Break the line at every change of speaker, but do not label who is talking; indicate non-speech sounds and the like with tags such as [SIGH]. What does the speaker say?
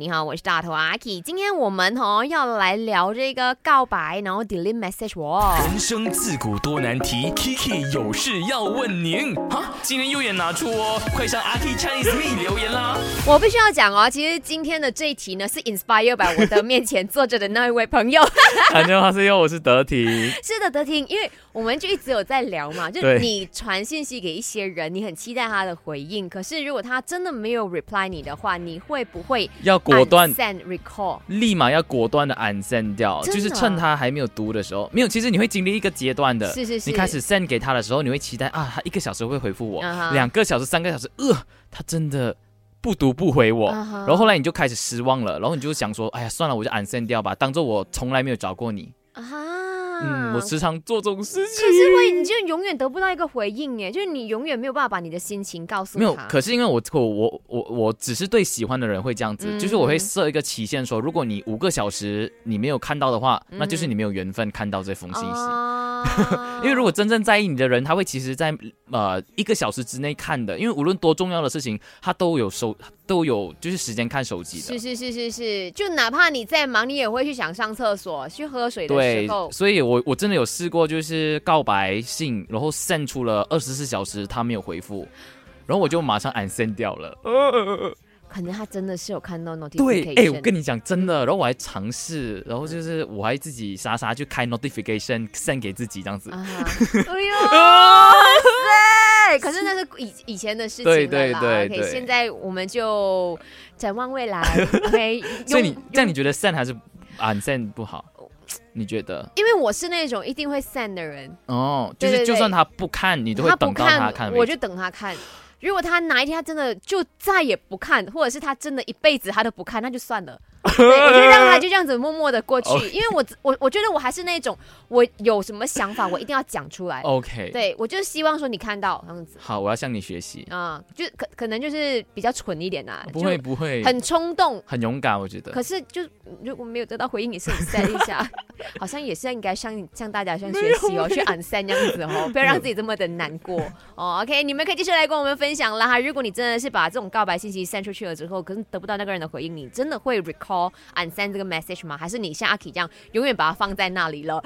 你好，我是大头阿 K。今天我们哦要来聊这个告白，然后 delete message 哦 wall。
人生自古多难题，Kiki 有事要问您。哈，今天右眼拿出哦，快上阿 K Chinese Me 留言
[LAUGHS]
啦。
我必须要讲哦，其实今天的这一题呢是 inspire by 我的面前坐着的那一位朋友。 [LAUGHS]
안녕하세요，我是德婷。
是的，德婷，因为我们就一直有在聊嘛，就是
对
你传信息给一些人，你很期待他的回应，可是如果他真的没有 reply 你的话，你会不会
要果断
send recall？
立马要果断的 unsend 掉，
真的啊
就是趁他还没有读的时候，没有。其实你会经历一个阶段的，
是是是
你开始 send 给他的时候，你会期待啊，他一个小时会回复我
嗯哼
两个小时、三个小时，呃，他真的不读不回我
嗯哼
然后后来你就开始失望了，然后你就想说，哎呀，算了，我就 unsend 掉吧，当做我从来没有找过你。
啊，
嗯，我时常做这种事情
可。是会，你就永远得不到一个回应耶，就是你永远没有办法把你的心情告诉他。
没有，可是因为我我我我我只是对喜欢的人会这样子，
嗯
就是我会设一个期限说，如果你五个小时你没有看到的话，
嗯哼
那就是你没有缘分看到这封信息。
哦啊
[LAUGHS] 因为如果真正在意你的人，他会其实在呃一个小时之内看的，因为无论多重要的事情，他都有手都有就是时间看手机
是
的。
是是是是，就哪怕你再忙，你也会去想上厕所、去喝水的
对
时候，，
所以我我真的有试过，就是告白信，然后 send 出了二十四小时，他没有回复，然后我就马上 unsend 掉了。
可能他真的是有看到 notification。嗯
对，哎、我跟你讲真的，然后我还尝试，然后就是我还自己傻傻去开 notification send 给自己这样子。啊
啊哈，
[LAUGHS]
哎呦哇塞！可是那是以以前的事情了啦
对对对
OK，
对
现在我们就展望未来。OK，用
[LAUGHS] 所以你这样你
用
觉得 send 还是 unsend 不好？你觉得？
因为我是那种一定会散的人，
哦，就
对对
是就
对
算他不看，你都会
他不
等到他
看，
看为
我
止。
就等他看。如果他哪一天他真的就再也不看，或者是他真的一辈子他都不看，那就算了。对，我就让他就这样子默默的过去
OK
因为我我我觉得我还是那种我有什么想法我一定要讲出来。
哦 OK，，
对，我就希望说你看到这样子
好，我要向你学习。
啊、就可可能就是比较蠢一点啊，
哦不会
就
不会，
很冲动。
很勇敢，我觉得
可。是就如果没有得到回应，也是很 sad 一下，好像也是应该向向大家向学习哦，去 unsan 这样子哦，不要让自己这么的难过哦。OK，你们可以继续来跟我们分享啦哈。如果你真的是把这种告白信息散出去了之后，可是得不到那个人的回应，你真的会 recall unsan 这个 message 吗？还是你像阿 K 这样永远把它放在那里了？